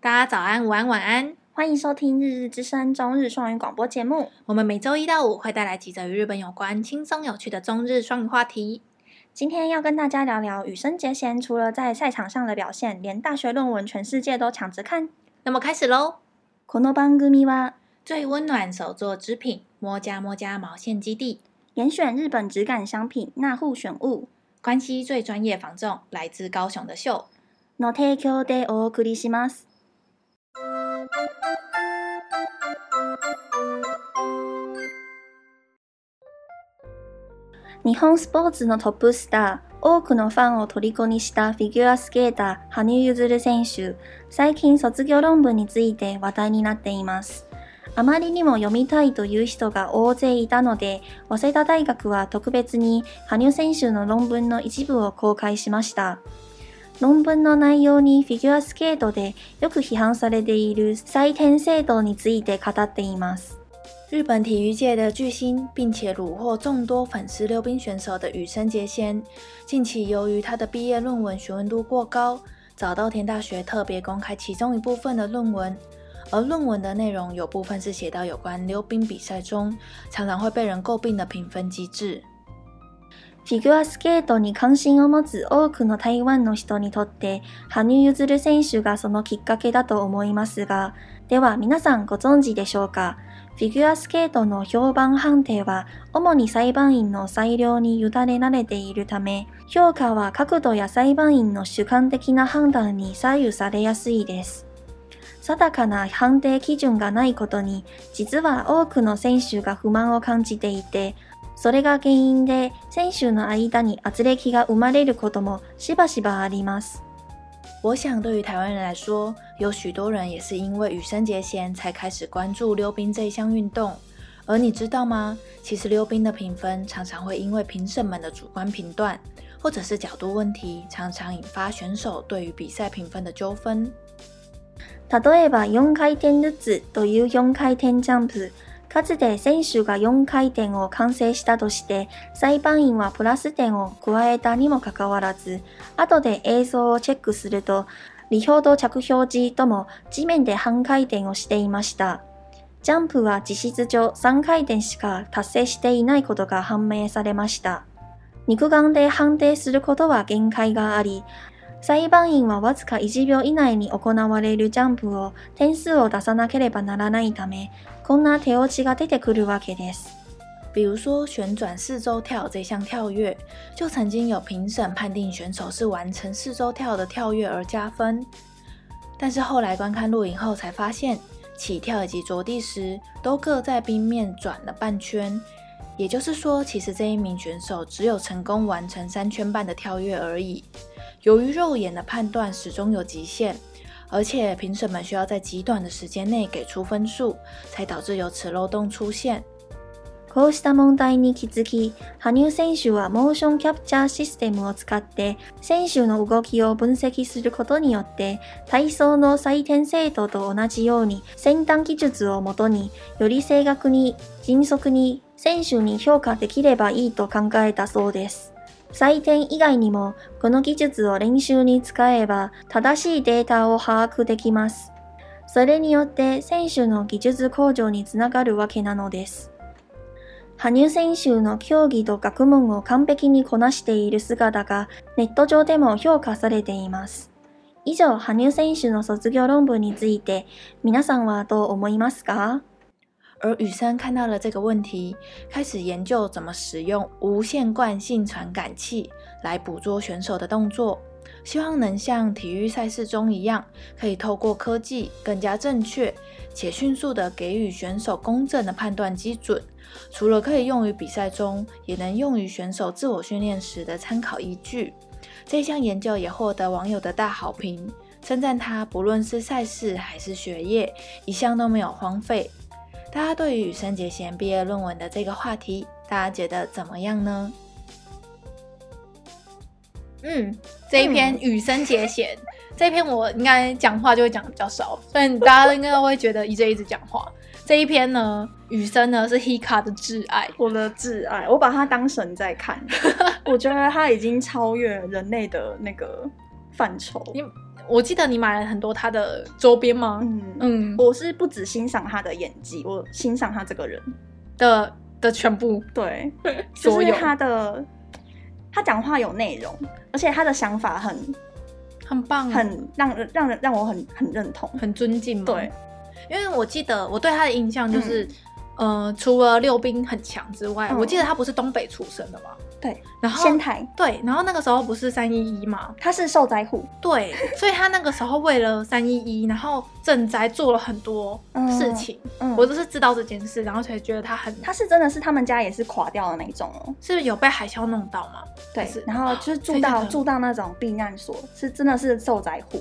大家早安、午安、晚安。欢迎收听《日日之声》中日双语广播节目。我们每周一到五会带来几则与日本有关、轻松有趣的中日双语话题。今天要跟大家聊聊羽生结弦，除了在赛场上的表现，连大学论文全世界都抢着看。那么开始喽！この番組は最温暖手作织品——摸家摸家毛线基地，严选日本质感商品那户选物关西最专业防重，来自高雄的秀。の提供でお送りします。日本スポーツのトップスター、多くのファンを虜にしたフィギュアスケーター、羽生結弦選手、最近卒業論文について話題になっています。あまりにも読みたいという人が大勢いたので、早稲田大学は特別に羽生選手の論文の一部を公開しました。論文の内容にフィギュアスケートでよく批判されている採点制度について語っています。日本体育界的巨星，并且虏获众多粉丝溜冰选手的羽生结弦，近期由于他的毕业论文询问度过高，早稻田大学特别公开其中一部分的论文，而论文的内容有部分是写到有关溜冰比赛中常常会被人诟病的评分机制。フィギュアスケートに関心を持つ多くの台湾の人にとって、羽生結弦選手がそのきっかけだと思いますが、では皆さんご存知でしょうかフィギュアスケートの評判判定は、主に裁判員の裁量に委ねられているため、評価は角度や裁判員の主観的な判断に左右されやすいです。定かな判定基準がないことに、実は多くの選手が不満を感じていて、それが原因で選手の間に圧力が生まれることもしばしばあります。我想，对于台湾人来说，有许多人也是因为羽生结弦才开始关注溜冰这一项运动。而你知道吗？其实溜冰的评分常常会因为评审们的主观评断，或者是角度问题，常常引发选手对于比赛评分的纠纷。例えば4回転ルッツという4回転ジャンプ。かつて選手が4回転を完成したとして、裁判員はプラス点を加えたにもかかわらず、後で映像をチェックすると、リ氷と着氷時とも地面で半回転をしていました。ジャンプは実質上3回転しか達成していないことが判明されました。肉眼で判定することは限界があり、裁判員はわずか1秒以内に行われるジャンプを点数を出さなければならないため、こんな手落ちが出てくるわけです。比如说旋转四周跳这项跳跃，就曾经有评审判定选手是完成四周跳的跳跃而加分，但是后来观看录影后才发现，起跳以及着地时都各在冰面转了半圈，也就是说，其实这一名选手只有成功完成三圈半的跳跃而已。由于肉眼的判断始终有极限，而且评审们需要在极短的时间内给出分数，才导致有此漏洞出现。こうした問題に気づき、羽生選手はモーションキャプチャーシステムを使って、選手の動きを分析することによって、体操の採点制度と同じように、先端技術をもとに、より正確に、迅速に、選手に評価できればいいと考えたそうです。採点以外にも、この技術を練習に使えば、正しいデータを把握できます。それによって、選手の技術向上につながるわけなのです。羽生選手の競技と学問を完璧にこなしている姿がネット上でも評価されています。以上、羽生選手の卒業論文について皆さんはどう思いますか而雨生看到了这个问题，开始研究怎么使用无线惯性传感器来捕捉选手的动作，希望能像体育赛事中一样，可以透过科技更加正确且迅速地给予选手公正的判断基准。除了可以用于比赛中，也能用于选手自我训练时的参考依据。这项研究也获得网友的大好评，称赞他不论是赛事还是学业，一项都没有荒废。大家对于羽生结弦毕业论文的这个话题，大家觉得怎么样呢？嗯，这一篇羽生结弦、这一篇我应该讲话就会讲得比较少，所以大家应该都会觉得一直一直讲话。这一篇呢，羽生呢是 Hika 的挚爱，我的挚爱，我把它当神在 看，我觉得它已经超越人类的那个范畴。你我记得你买了很多他的周边吗？嗯嗯，嗯，我是不只欣赏他的演技，我欣赏他这个人。的的全部对，就所是有，他的他讲话有内容，而且他的想法很很棒，很让人让人让我很很认同。很尊敬嘛。对，因为我记得我对他的印象就是，呃，除了溜冰很强之外，嗯我记得他不是东北出生的嘛。对，然后仙台对，然后那个时候不是三一一嘛，他是受灾户， 对，所以他那个时候为了三一一，然后赈灾做了很多事情，嗯，我就是知道这件事，然后才觉得他很，他是真的是他们家也是垮掉的那一种哦。是不是有被海啸弄到嘛？对是，啊然后就是所住以就到很住到那种避难所，是真的是受灾户。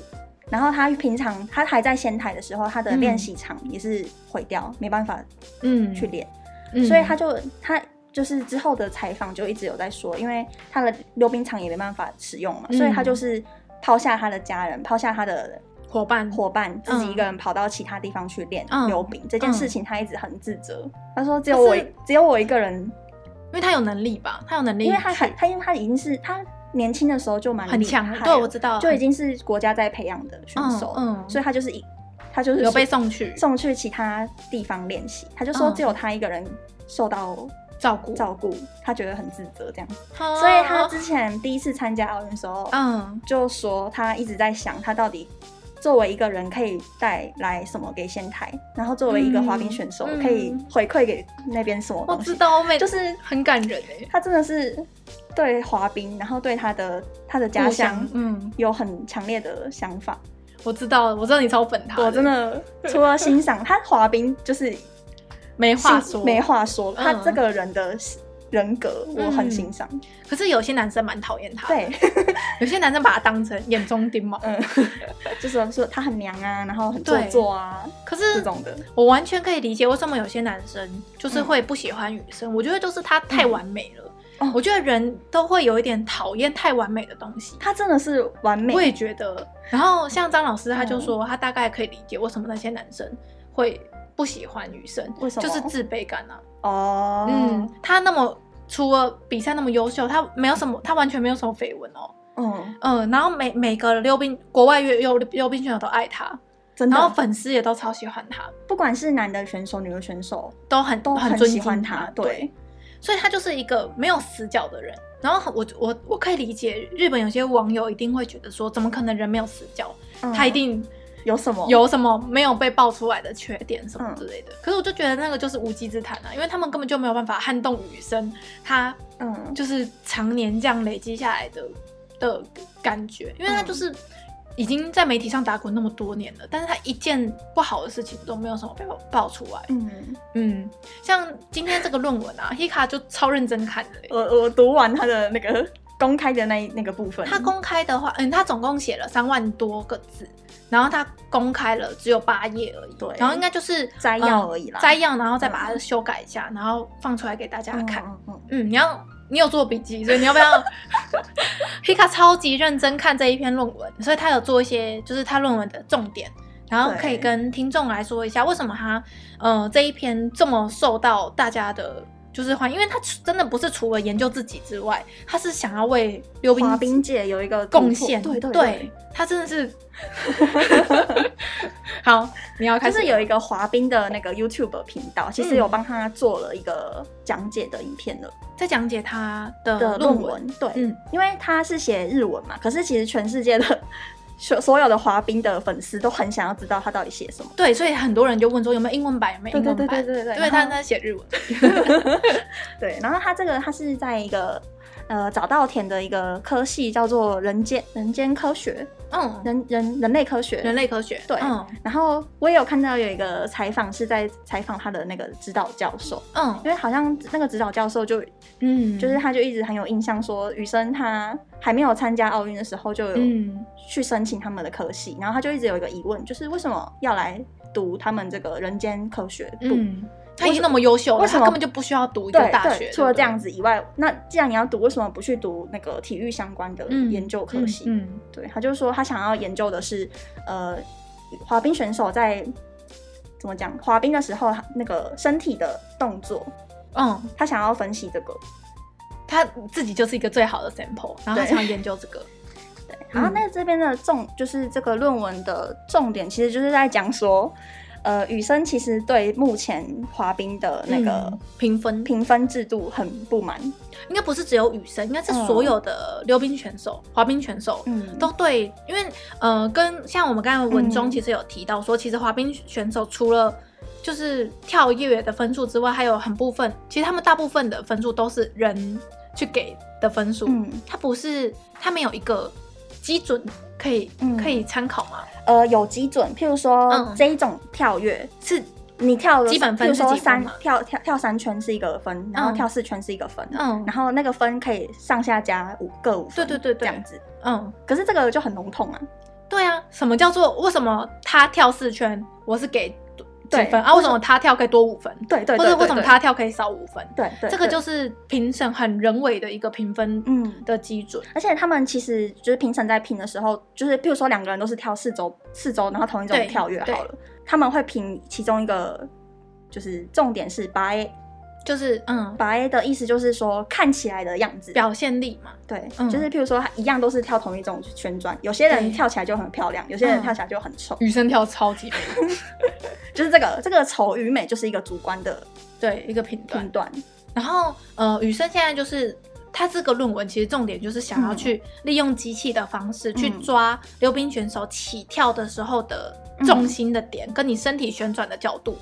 然后他平常他还在仙台的时候，他的嗯练习场也是毁掉，没办法嗯，去练，嗯所以他就他就是之后的采访就一直有在说，因为他的溜冰场也没办法使用嘛，嗯所以他就是抛下他的家人，抛下他的伙伴伙伴，自己一个人跑到其他地方去练嗯溜冰、这件事情，他一直很自责。他说只有可我是只有我一个人，因为他有能力吧，他有能力去，因为他很他因为他已经是他年轻的时候就蛮很厉害强了，对，我知道，就已经是国家在培养的选嗯手，嗯所以他就是一，他就是有被送去送去其他地方练习。他就说嗯只有他一个人受到照顾，照顾，他觉得很自责这样。啊所以他之前第一次参加奥运的时候，嗯就说他一直在想，他到底作为一个人可以带来什么给仙台，然后作为一个滑冰选手嗯可以回馈给那边什么我东知西，道，我每就是很感人哎，他真的是对滑冰，然后对他的他的家故乡乡，嗯，有很强烈的想法。我知道，我知道你超粉他，我真的除了欣赏他滑冰，就是没话欣说，没话说。他嗯这个人的人格，我很欣赏。可是有些男生蛮讨厌他，，对， 有些男生把他当成眼中钉嘛。嗯，就是说他很娘啊，然后很做对作啊，可这是种的。我完全可以理解为什么有些男生就是会不喜欢女生，我觉得就是他太完美了。嗯嗯哦我觉得人都会有一点讨厌太完美的东西，他真的是完我美，嗯也觉得。然后像张老师他就说，他大概可以理解为什么那些男生会不喜欢女生，为什么就是自卑感啊。哦，嗯，他那么除了比赛那么优秀，他没有什么，他完全没有什么绯闻哦。嗯，嗯，然后每每个溜冰国外溜溜溜冰选手都爱他，真然后的，粉丝也都超喜欢他，不管是男的选手、女的选手，都很都很尊喜敬欢他。对，所以他就是一个没有死角的人。然后我我我可以理解，日本有些网友一定会觉得说，怎么可能人没有死角？嗯他一定有什么？有什么没有被爆出来的缺点什么嗯之类的。可是我就觉得那个就是无稽之谈啊，因为他们根本就没有办法撼动雨生他嗯，就是常年这样累积下来的的感觉，因为他嗯就是已经在媒体上打滚那么多年了，但是他一件不好的事情都没有什么被爆爆出来。嗯，嗯，像今天这个论文啊，Hika 就超认真看的嘞。欸我我读完他的那个 公开的那一那个部分，他公开的话，嗯，他总共写了三万多个字，然后他公开了只有八页而已，对然后应该就是摘要而已啦嗯摘要，然后再把它修改一下，然后放出来给大家嗯看。嗯嗯嗯，你要你有做笔记，所以你要不 要？Hika 超级认真看这一篇论文，所以他有做一些就是他论文的重点，然后可以对跟听众来说一下为什么他呃这一篇这么受到大家的。就是欢迎，因为他真的不是除了研究自己之外，他是想要为溜冰滑冰界有一个贡献，突破对对，他真的 是好，你要开始就了，嗯是有一个滑冰的那个 YouTube 频道，其实有帮他做了一个讲解的影片了、在讲解他的的论论文，。对，嗯因为他是写日文嘛，可是其实全世界的 所所有的滑冰的粉丝都很想要知道他到底写什么。对，所以很多人就问说有没有英文版，有没有英文版？对对因为他然后在写日文。对，然后他这个他是在一个呃早稻田的一个科系叫做人间人间科学嗯，人人人类科学人类科学。对嗯然后我也有看到有一个采访是在采访他的那个指导教授，嗯因为好像那个指导教授就嗯，就是他就一直很有印象说，雨生他还没有参加奥运的时候就有嗯去申请他们的科系，然后他就一直有一个疑问，就是为什么要来读他们这个人间科学部？嗯，他已经那么优秀了，为什他么根本就不需要读一个对大对学。除对不对了这样，子以外，那既然你要读，为什么不去读那个体育相关的嗯，研究科系？嗯，嗯对，他就说他想要研究的是，呃，滑冰选手在怎么讲滑冰的时候那个身体的动作，嗯，他想要分析这个。他自己就是一个最好的 sample，然后他对 想要研究这个。然后那这边的重就是这个论文的重点，其实就是在讲说，呃，雨生其实对目前滑冰的那个嗯评分评分制度很不满，应该不是只有羽生，应该是所有的溜冰选手、滑冰选手嗯，都对，因为呃，跟像我们刚才文中嗯其实有提到说，其实滑冰选手除了就是跳跃的分数之外，还有很部分，其实他们大部分的分数都是人去给的分数，嗯它不是他没有一个基准可以、嗯可以参考嘛，呃有基准，譬如说、嗯这一种跳跃。是你跳了基本分譬如是说几分三嘛跳跳跳三圈是一个分，然后嗯跳四圈是一个分，嗯然后那个分可以上下加五各五分，对对对对这样子。嗯。可是这个就很笼统啊，对啊，什么叫做为什么他跳四圈，我是给几对分啊？为什么他跳可以多五分？对对或对者对为什么对他跳可以少五分？对对，这个对就是评审很人为的一个评分嗯，的基准。而且他们其实就是评审在评的时候，就是譬如说两个人都是跳四周四周，然后同一种对跳跃对好了，他们会评其中一个，就是重点是八 A，就是嗯，八 A 的意思就是说看起来的样子，表现力嘛，对，嗯就是譬如说一样都是跳同一种旋转，有些对人跳起来就很漂亮，有些人嗯跳起来就很丑，女生跳超级美就是这个这个丑与美就是一个主观的对一个评评断。断，然后呃，雨生现在就是。他这个论文其实重点就是想要去利用机器的方式去嗯抓溜冰选手起跳的时候的重心的点，跟你身体旋转的角度，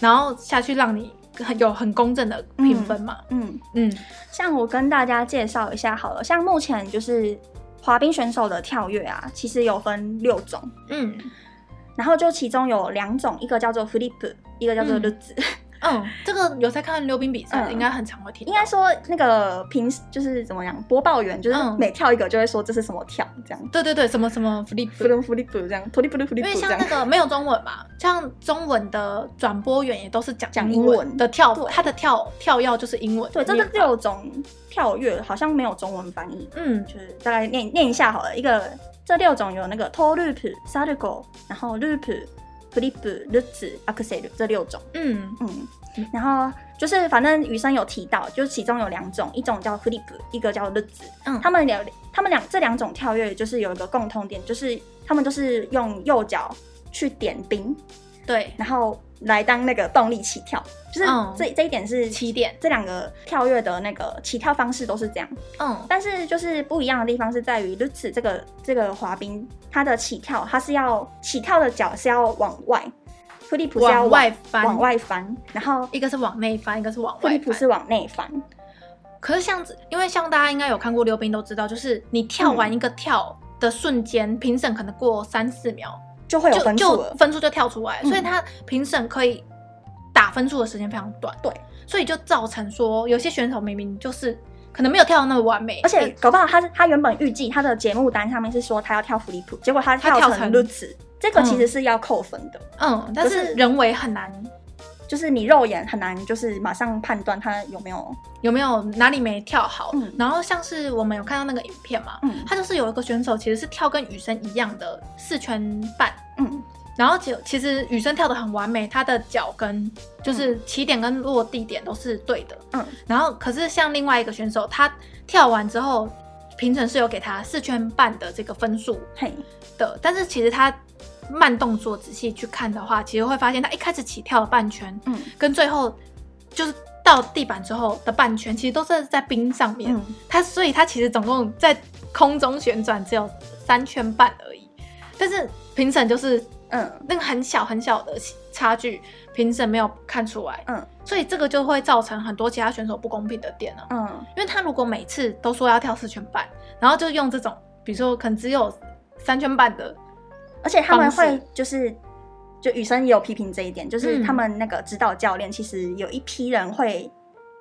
然后下去让你很有很公正的评分嘛。嗯。嗯，像我跟大家介绍一下好了，像目前就是滑冰选手的跳跃啊，其实有分六种，嗯然后就其中有两种，一个叫做 flip，一个叫做嗯 l u z 嗯，这个有在看溜冰比赛的，嗯应该很常会听到。 应该说那个平时就是怎么样，播报员就是嗯每跳一个就会说这是什么跳，这样对对对，什么什么 flip， flip flip 这样，flip flip 因为 flip 这像那样。个没有中文嘛，像中文的转播员也都是讲讲英英文的跳，对他的跳跳跃就是英文。对，这是六种跳跃，好像没有中文翻译，嗯就是大概念念一下好了。一个这六种有那个 toe loop、saddle go，然后 loop、flip、lutz、axel 这六种。嗯嗯，然后就是反正雨生有提到，就是其中有两种，一种叫 flip，一个叫 l u z 嗯他们两他们两这两种跳跃就是有一个共通点，就是他们都是用右脚去点冰，对，然后来当那个动力起跳，就是嗯这、这一点是起点这两个跳跃的那个起跳方式都是这样，嗯但是就是不一样的地方是在于 l u z 这个这个滑冰，它的起跳它是要起跳的脚是要往外。flip 是要往外翻往外翻，然后一个是往内翻，一个是往飞外利浦翻。是往内翻，可是像因为像大家应该有看过溜冰都知道，就是你跳嗯完一个跳的瞬间，评审可能过三四秒，就会有就分数就了。分数就跳出来，嗯所以他评审可以打分数的时间非常短。对，所以就造成说有些选手明明就是可能没有跳的那么完美，而且搞不好他是他原本预计他的节目单上面是说他要跳弗利普，结果他他跳跳成成 l u z 这个其实是要扣分的，嗯，但可是是人为很难就是你肉眼很难就是马上判断他有没有有没有哪里没跳好。嗯然后像是我们有看到那个影片嘛，嗯他就是有一个选手其实是跳跟雨生一样的四圈半，嗯然后就其实雨生跳的很完美，他的脚跟就是起点跟落地点都是对的。嗯，然后可是像另外一个选手，他跳完之后，评审是有给他四圈半的这个分数嘿的，但是其实他慢动作仔细去看的话，其实会发现他一开始起跳了半圈，嗯跟最后就是到地板之后的半圈，其实都是在冰上面。嗯它所以它其实总共在空中旋转只有三圈半而已，但是评审就是呃嗯那个很小很小的差距，评审没有看出来，嗯所以这个就会造成很多其他选手不公平的点啊。嗯因为他如果每次都说要跳四圈半，然后就用这种，比如说可能只有三圈半的，而且他们方式会就是。就雨生也有批评这一点，就是嗯他们那个指导教练其实有一批人会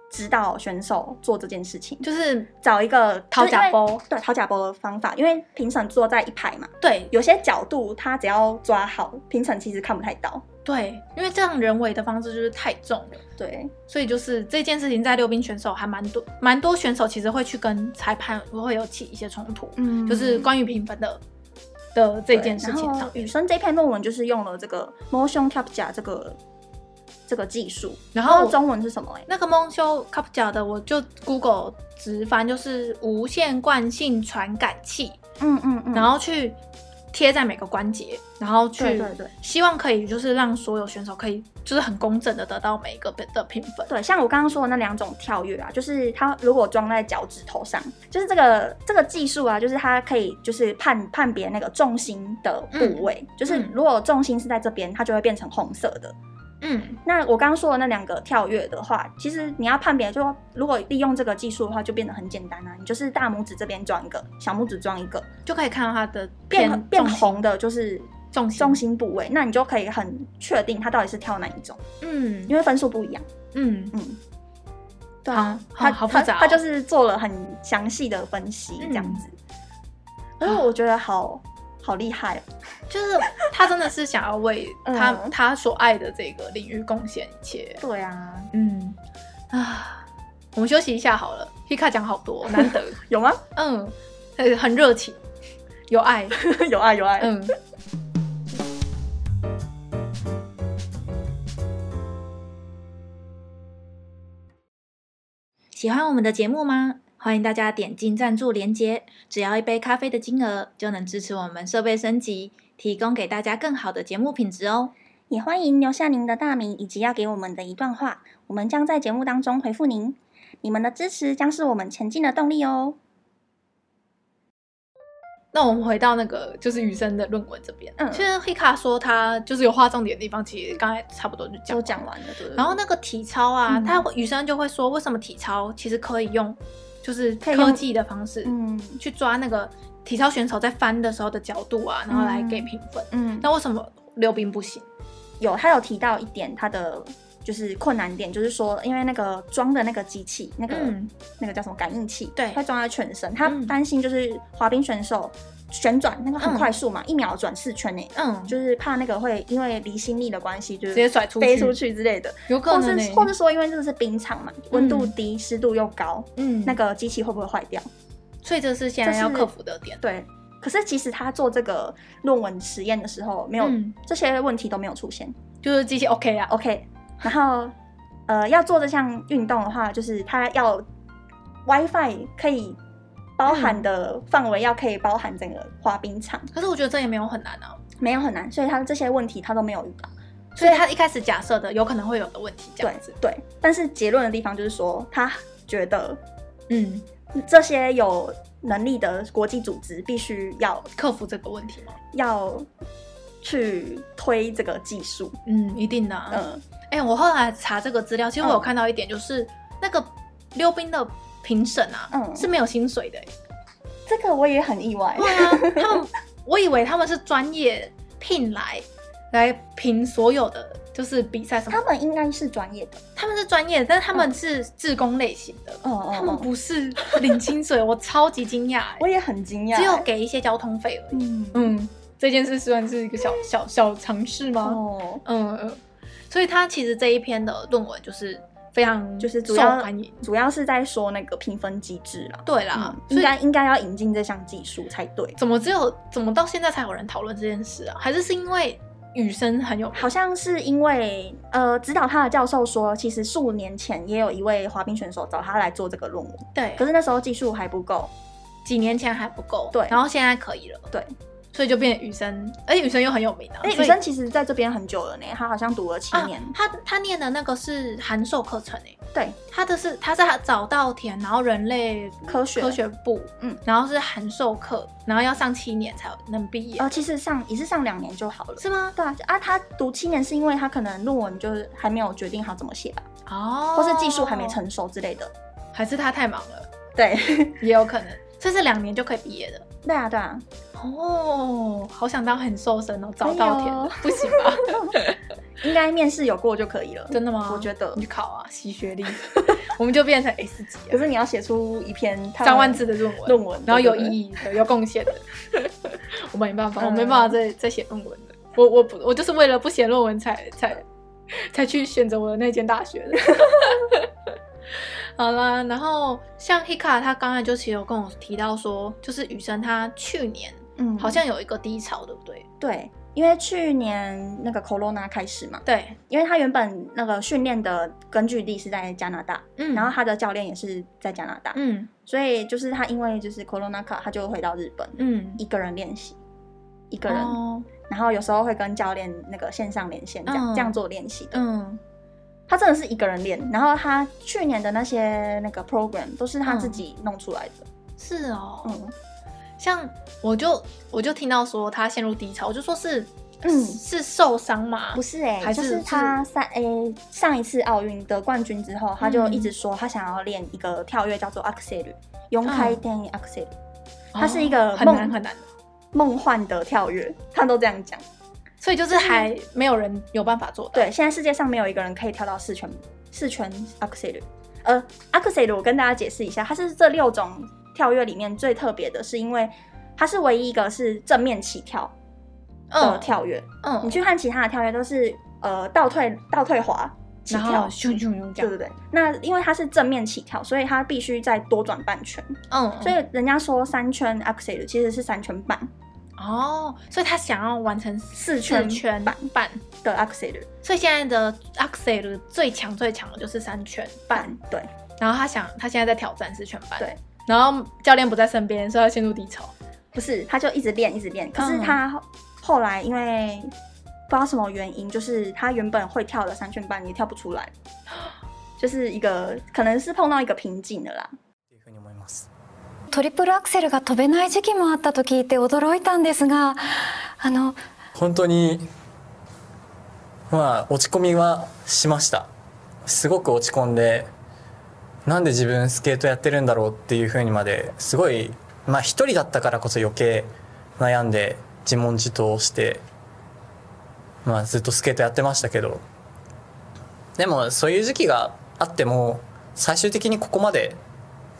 指导选手做这件事情，就是找一个讨假，就是因包为，对讨假包的方法，因为评审坐在一排嘛，对有些角度他只要抓好，评审其实看不太到。对，因为这样人为的方式就是太重了。对，所以就是这件事情，在溜冰选手还蛮多，蛮多选手其实会去跟裁判会有起一些冲突，嗯就是关于评分的的这件事情上面雨。生这篇论文就是用了这个 motion capture 这个这个技术，然然后后中文是什么、欸？那个蒙修 c u p 的，我就 Google 直翻就是无线惯性传感器，嗯嗯嗯，然后去贴在每个关节，然后去对对对希望可以就是让所有选手可以就是很工整的得到每一个的评分。对，像我刚刚说的那两种跳跃啊，就是它如果装在脚趾头上，就是这个这个技术啊，就是它可以就是判判别那个重心的部位，就是嗯如果重心是在这边，它就会变成红色的。嗯，那我刚刚说的那两个跳跃的话，其实你要判别就，如果利用这个技术的话，就变得很简单啊。你就是大拇指这边装一个，小拇指装一个，就可以看到它的变偏变重心红的就是重心中心部位，那你就可以很确定它到底是跳哪一种，嗯因为分数不一样。嗯，嗯，对啊，好他好他复杂哦他就是做了很详细的分析嗯这样子，然后我觉得好好厉害哦，就是他真的是想要为他、嗯他所爱的这个领域贡献一切。对啊，嗯啊，我们休息一下好了。Hika 讲好多，难得，有吗？ 嗯，呃很热情，有爱，有啊有啊，嗯。喜欢我们的节目吗？欢迎大家点进赞助连结，只要一杯咖啡的金额，就能支持我们设备升级，提供给大家更好的节目品质哦。也欢迎留下您的大名以及要给我们的一段话，我们将在节目当中回复您。你们的支持将是我们前进的动力哦。那我们回到那个就是雨生的论文这边，嗯其实 Hika 说他就是有划重点的地方，其实刚才差不多就讲都了讲。完了，对不对然后那个体操啊，嗯他会雨生就会说，为什么体操其实可以用就是可以用科技的方式嗯去抓那个体操选手在翻的时候的角度啊，然后来给评分。嗯，那为什么溜冰不行？有他有提到一点他的。就是困难点，就是说，因为那个装的那个机器，那个、嗯那个叫什么感应器，对它装在全身。他嗯担心就是滑冰选手旋转那个很嗯快速嘛，一秒转四圈呢，嗯，就是怕那个会因为离心力的关系，就是直接甩出去飞出去之类的，有可或能、是欸，或是说因为这是冰场嘛，温度低，湿度又高，嗯，那个机器会不会坏掉？所以这是现在这是要克服的点。对。可是其实他做这个论文实验的时候，没有、嗯这些问题都没有出现。就是机器 OK 啊， OK，然后呃，要做这项运动的话，就是它要 WiFi 可以包嗯含的范围要可以包含整个滑冰场，可是我觉得这也没有很难啊。没有很难，所以它这些问题它都没有遇到。所以他一开始假设的有可能会有的问题，这对样子，对，但是结论的地方就是说，他觉得嗯，这些有能力的国际组织必须要克服这个问题嘛，要去推这个技术。嗯，一定的、啊。嗯、哎、我后来查这个资料，其实我有看到一点，就是、那个溜冰的评审啊，嗯是没有薪水的、欸。这个我也很意外。对啊， 他们我以为他们是专业聘来来评所有的就是比赛什么他，们应该是专业的，他们是专业，但是他们是志工类型的，哦哦他们不是领薪水，我超级惊讶、欸我也很惊讶。只有给一些交通费而已。嗯欸嗯，这件事算是一个小小小尝试吗？哦，嗯，嗯，所以他其实这一篇的论文就是非常就是主受要欢迎。主要是在说那个评分机制啦。对啦，嗯所应以该应该要引进这项技术才对。怎么只有怎么到现在才有人讨论这件事啊？还是是因为雨生很有好像是因为呃，指导他的教授说，其实数年前也有一位滑冰选手找他来做这个论文，对，可是那时候技术还不够。几年前还不够，对然后现在可以了，对，所以就变成雨生，而且雨生又很有名啊。哎，所雨以生其实在这边很久了呢，他好像读了七啊年。，他他念的那个是函授课程诶、对，他的是他是早稻田，然后人类科学科学部，嗯，然后是函授课，然后要上七年才能毕业，呃，其实上也是上两年就好了。是吗？对啊，啊，他读七年是因为他可能论文就是还没有决定好怎么写吧，哦，或是技术还没，成熟之类的。还是他太忙了，对， 也有可能，这是两年就可以毕业的。对啊，对啊，哦，好想当很瘦身哦，早可以稻田的、哦不行 吧？应该面试有过就可以了。真的吗？我觉得你去考啊，洗学 历，我们就变成 S 级可啊，是你要写出一篇他们三万字的论文，论文，然后有对不对意义的、有贡献 的，我没办法，嗯我没办法再再写论文的。我我不我就是为了不写论文才才才去选择我的那间大学 的。好啦，然后像 Hika 他刚才就其实有跟我提到说，就是雨生他去年嗯，好像有一个低潮，对不对？对，因为去年那个 Corona 开始嘛，对，因为他原本那个训练的根据地是在加拿大，嗯然后他的教练也是在加拿大，嗯所以就是他因为就是 Corona 卡，他就回到日本，嗯，一个人练习，一个人，哦，然后有时候会跟教练那个线上连线，这嗯样、这样做练习的。嗯他真的是一个人练，然后他去年的那些那个 program 都是他自己弄出来的，是嗯哦，嗯，像我就我就听到说他陷入低潮，我就说是嗯是受伤吗？不是哎、还是就是他三诶、上一次奥运得冠军之后，他就一嗯直说他想要练一个跳跃叫做 axel，永开天 axel，哦，它是一个很梦难很难，梦幻的跳跃，他都这样讲。所以就是还没有人有办法做到。对，现在世界上没有一个人可以跳到四圈四圈 axel，呃 axel 我跟大家解释一下，它是这六种跳跃里面最特别的，是因为它是唯一一个是正面起跳的嗯跳跃。你嗯，去看其他的跳跃都是呃倒退倒退滑起然后跳，咻咻咻这对样，对对。那因为它是正面起跳，所以它必须再多转半圈，嗯，所以人家说三圈 axel 其实是三圈半哦，所以他想要完成四圈圈半半，的 axel 所以现在的 Axel 最强最强的就是三圈半，半，对然后他想他现在在挑战四圈半，对，然后教练不在身边，所以他陷入低潮。不是，他就一直练一直练，可是嗯他后后来因为。不知道什么原因，就是他原本会跳的三圈半也跳不出来， 就是一个可能是碰到一个瓶颈了啦。っていうふうに思いますトリプルアクセルが飛べない時期もあったと聞いて驚いたんですがあの本当にまあ落ち込みはしましたすごく落ち込んでなんで自分スケートやってるんだろうっていうふうにまですごいまあ一人だったからこそ余計悩んで自問自答してまあずっとスケートやってましたけどでもそういう時期があっても最終的にここまで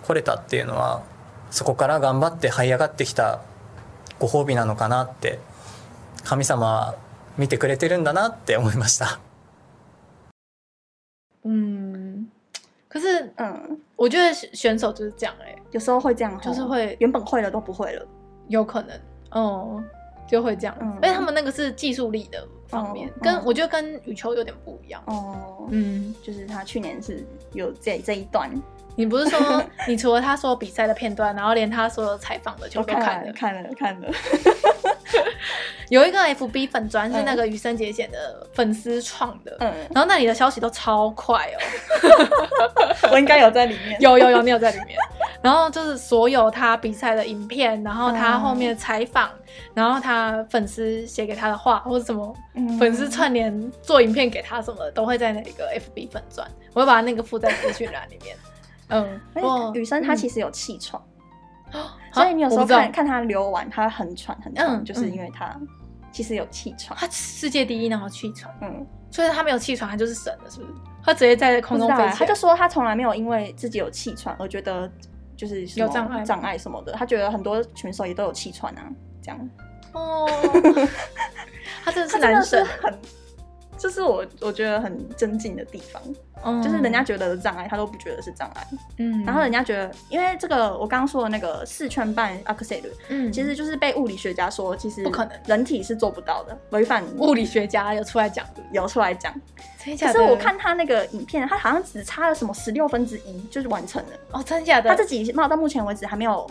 来れたっていうのはそこから頑張って這い上がってきたご褒美なのかなって神様は見てくれてるんだなって思いました。嗯，可是嗯，我觉得选选手就是这样哎、有时候会这样吼，就是会原本会的都不会了。有可能，嗯，就会这样。嗯而且他们那个是技术力的方面，哦跟、嗯我觉得跟羽球有点不一样。哦、嗯，就是他去年是有这这一段，你不是 说你除了他所有比赛的片段，然后连他所有采访的全我部都看看了了？看了看了，有一个 FB 粉砖是嗯那个羽生结弦的粉丝创的，嗯，然后那里的消息都超快哦，我应该有在里 面。有有有，你有在里面。然后就是所有他比赛的影片，然后嗯他后面的采访，然后他粉丝写给他的话，或者什么嗯粉丝串联做影片给他什么的，都会在那个 FB 粉钻，我会把那个附在资讯栏里 面。嗯，而哎且雨生他其实，实有气喘，啊所以你有时我候看，不知道看他流完，他很喘很喘，嗯就是因为他其实有气喘。他世界第一，然后气喘，嗯，所以他没有气喘，他就是神了，是不是？他直接在不空知中道飞欸起他来就。说他从来没有因为自己有气喘而觉得就是什么有障碍吗障碍什么的。他觉得很多选手也都有气喘啊，这样。哦， 他真的是他真的男是神，很，这是我我觉得很尊敬的地方，嗯就是人家，觉得的障碍，他都不觉得是障碍。嗯，然后人家觉得，因为这个我刚刚说的那个四圈半 axel，嗯，其实就是被物理学家说，其实不可能人体是做不到的，违反物理学家有出来讲，有出来讲。真的假可是的？我看他那个影片，他好像只差了什么十六分之一，就是完成了。哦，真的假的？他自己到到目前为止还没有，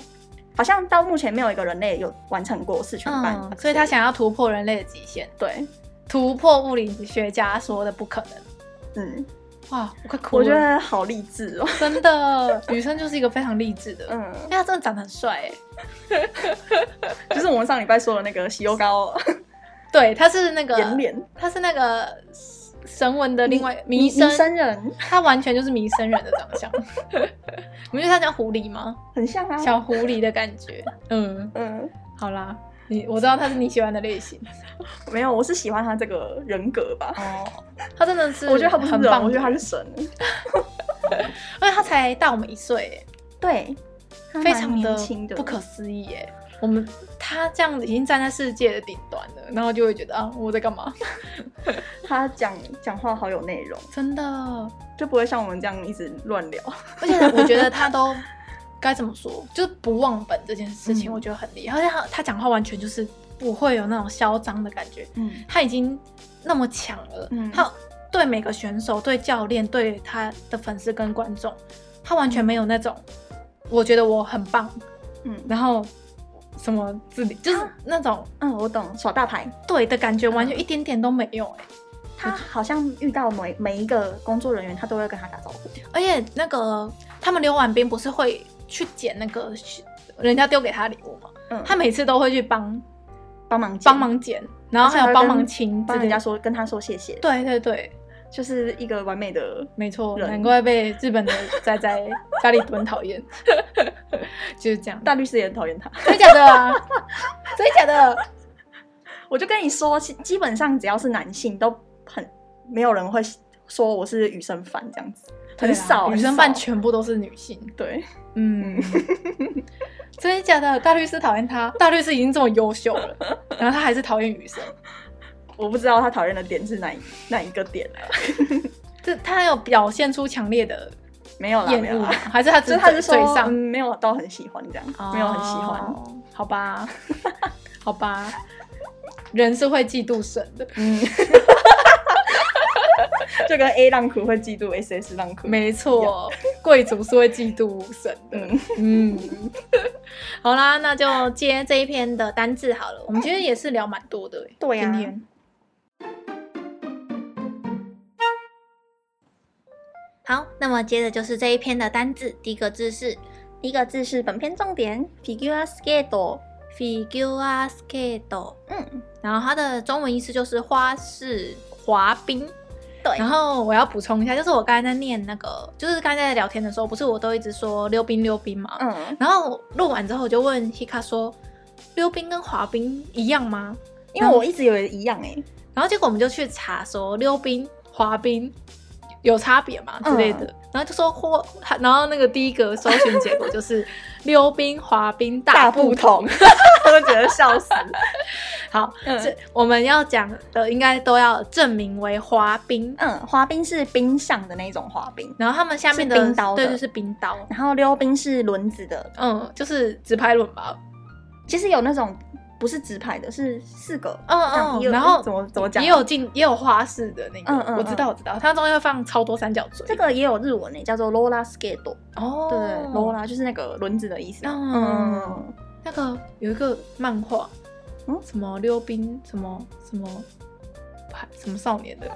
好像到目前没有一个人类有完成过四圈半、嗯，所以他想要突破人类的极限，对，突破物理学家说的不可能。嗯，哇，我快哭我了！觉得好励志哦，真的， 女生就是一个非常励志的，嗯，因为他真的长得很帅哎。 就是我们上礼拜说的那个西欧高对，他是那个眼脸，他是那个神文的另外迷迷生迷生人他完全就是迷生人的长相。 你们觉得他像狐狸吗？很像啊，小狐狸的感觉。嗯，嗯，好啦，你我知道他是你喜欢的类型。没有，我是喜欢他这个人格吧，哦，他真的是，我觉得他不是很人，棒，我觉得他是，神，因为他才大我们一岁哎。对，他非蛮常年的轻的不可思议耶！我们他这样子已经站在世界的顶端了，然后就会觉得啊，我在干嘛？ 他讲讲话好有内容，真的，就不会像我们这样一直乱聊。而且我觉得他 都该怎么说，就是不忘本这件事情，嗯我觉得很厉害。而且他他讲话完全就是不会有那种嚣张的感觉。嗯他已经那么强了，嗯他对每个选手、对教练、对他的粉丝跟观众，他完嗯全没有那种我觉得我很棒，嗯然后什么自理，就是啊那种嗯，我懂，耍大牌。对的感觉，完全一点点都没有、欸。他好像遇到每每一个工作人员，他都会跟他打招呼。哎而且那个他们溜完冰不是会去捡那个人家丢给他礼物吗？嗯他每次都会去帮帮忙帮忙捡，然后还有帮忙清之帮类人的家。说跟他说谢谢，对对对，就是一个完美的。没错，人难怪被日本的仔仔家里蹲讨厌，就是这样。大律师也很讨厌他。 真的假的啊？ 真的假的？我就跟你说，基基本上只要是男性，都很没有人会说我是雨生犯这样子，很少。对啊女生犯办全部都是女性。对，嗯， 真的假的？大律师讨厌他，大律师已经这么优秀了，然后他还是讨厌女生。我不知道他讨厌的点是哪一哪一个点啊？这他有表现出强烈的没有啦，没厌有恶吗，啦。还是他就只是他是说嘴上嗯、没有到很喜欢这样，没有很喜欢。哦好吧， 好吧，人是会嫉妒神的，嗯， 就跟 A 浪苦会嫉妒 SS 浪苦。没错，贵族是会嫉妒神的。嗯，嗯，好啦，那就接这一篇的单字好了。我们其实也是聊蛮多的、欸，对呀啊今天。好，那么接着就是这一篇的单字，第一个字是第一个字是本片重点，figure skate。 figure skate，嗯，然后它的中文意思就是花式滑冰。对然后我要补充一下，就是我刚才在念那个，就是刚才在聊天的时候，不是我都一直说溜冰溜冰嘛，嗯，然后录完之后我就问 Hika 说，溜冰跟滑冰一样吗？因为我一直以为一样哎、然后结果我们就去查说溜冰、滑冰有差别吗嗯之类的，然后就说或，然后那个第一个搜寻结果就是 溜冰、滑冰大不同。 我都觉得笑死。好，嗯这、我们要讲的应该都要证明为滑冰，嗯，滑冰是冰上的那种滑冰，然后他们下面的是冰刀的对，就是冰刀。然后溜冰是轮子的，嗯，就是直排轮吧。其实有那种不是直排的，是四个。嗯这样嗯，哦也有然后怎么怎么讲啊也有进也有花式的那个，嗯嗯我知道我知道，它中间会放超多三角锥。这个也有日文呢、叫做 roller skate。哦，对，roller 就是那个轮子的意思啊。嗯嗯，那个有一个漫画，嗯什么溜冰，什么什么，什么少年的，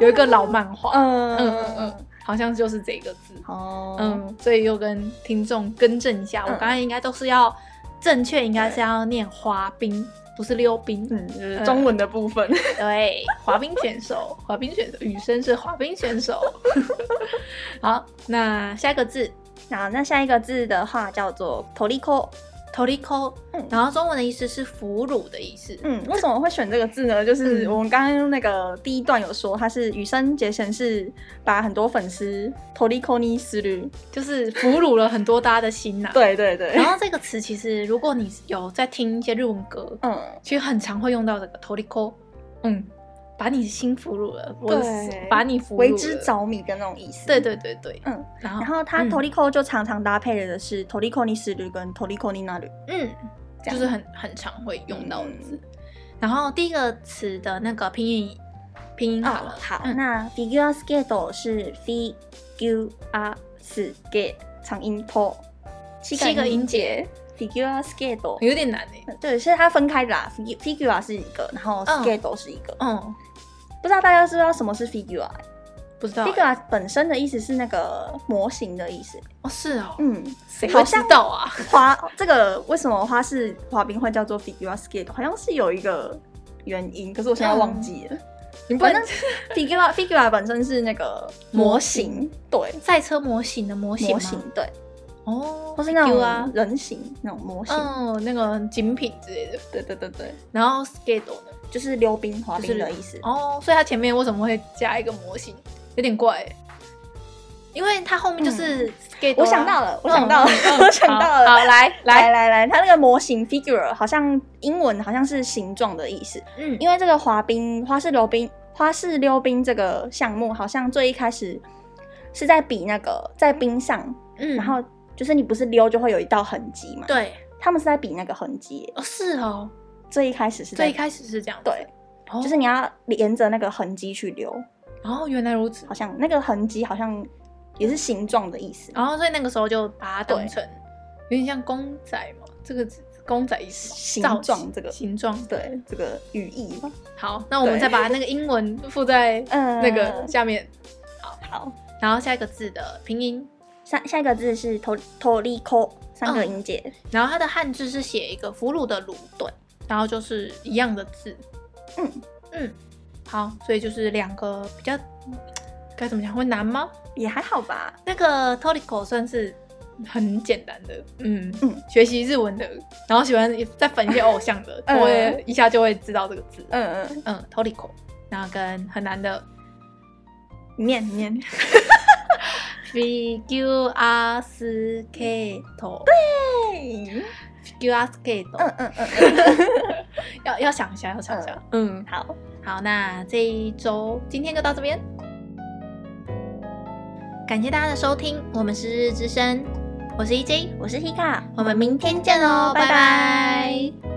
有一个老漫画，啊嗯嗯嗯嗯，好像就是这个字，哦，嗯，所以又跟听众更正一下，我嗯刚才应该都是要正确，应该是要念滑冰，不是溜冰，嗯，就是中文的部分。对，滑冰选手，滑冰选手，雨生是滑冰选 手。好，那下一个字那那下一个字的话叫做 “torico”。 t o r i c o 嗯然后中文的意思是俘虏的意思，嗯，为什么会选这个 字呢？就是嗯我们刚刚那个第一段有说，他是羽生结弦是把很多粉丝 “torico にする就是俘虏了很多大家的心呐、对对对然，后这个词其实，如果你有在听一些日文歌，嗯，其实很常会用到这个 t o r i c o 嗯，把你的心俘虏了，我的对心把你俘虏了，为之着迷的那种意思。对。对对对，嗯，然后然后它嗯 “torico” 就常常搭配的是 “torico にする”跟 “torico になる嗯，这就样嗯是很很常会用到的字。然后第一个词的那个拼音拼”。音好哦了，，好，嗯那 “figure skate” 是 “figure skate”，长音 “to”，七个音节节 “figure skate”。有点难欸诶。对，所以它分开的啦。figu- figure 是一个，然后嗯 skate 是一个。嗯，不知道大家知不知道什么是 figure？figure、不知道欸 figure 啊本身的意思是那个模型的意思。哦，是哦，嗯，谁好会知像道 啊？滑这个为什么花式滑冰会叫做 figure skate？好像是有一个原因，可是我现在忘记了。你不反正能 figure figure 本身是那个模型，对， 赛车模型的模型模吗型对，哦，或是那 figure 啊种人形那种模型。嗯，那个精品之类的。对对对对，然后 skate 呢？就是溜冰滑就冰是的意思。哦，所以它前面为什么会加一个模型？有点怪欸，因为它后面就是 skate 啊。嗯我想到了，我想到了，嗯 我想到了。好，好来来来来来，它那个模型 figure 好像英文好像是形状的意思，嗯因为这个滑冰、花式溜冰、花式溜冰这个项目，好像最一开始是在比那个在冰上，嗯，然后就是你不是溜就会有一道痕迹嘛，对，他们是在比那个痕迹耶，哦是哦，最一开始是在最一开始是这样，对，哦就是你要沿着那个痕迹去溜，哦，原来如此好，像那个痕迹好像也是形状的意思。然后所以那个时候就把它当对成有点像公仔嘛，这个公仔形形状这个形状。对这个语义吧，好，那我们对再把那个英文附在嗯，那个下面，好，然后下一个字的拼音，下下一个字是 to to r i c o 三嗯个音节，然后它的汉字是写一个俘虏的虏，对，然后就是一样的字，嗯嗯，好，所以就是两个比较该怎么讲会难吗？也还好吧。那个 Torico 算是很简单的，嗯嗯学习日文的，然后喜欢再粉一些偶像的，嗯我也一下就会知道这个字，嗯嗯嗯，嗯，Torico，然后跟很难的面面 figure skate，对，figure skate，嗯嗯嗯，要要想一下，要想一下，嗯，好，好，那这一周今天就到这边，感谢大家的收听，我们是日日之声，我是 EJ，我是 Hika，哦我们明天见喽，拜拜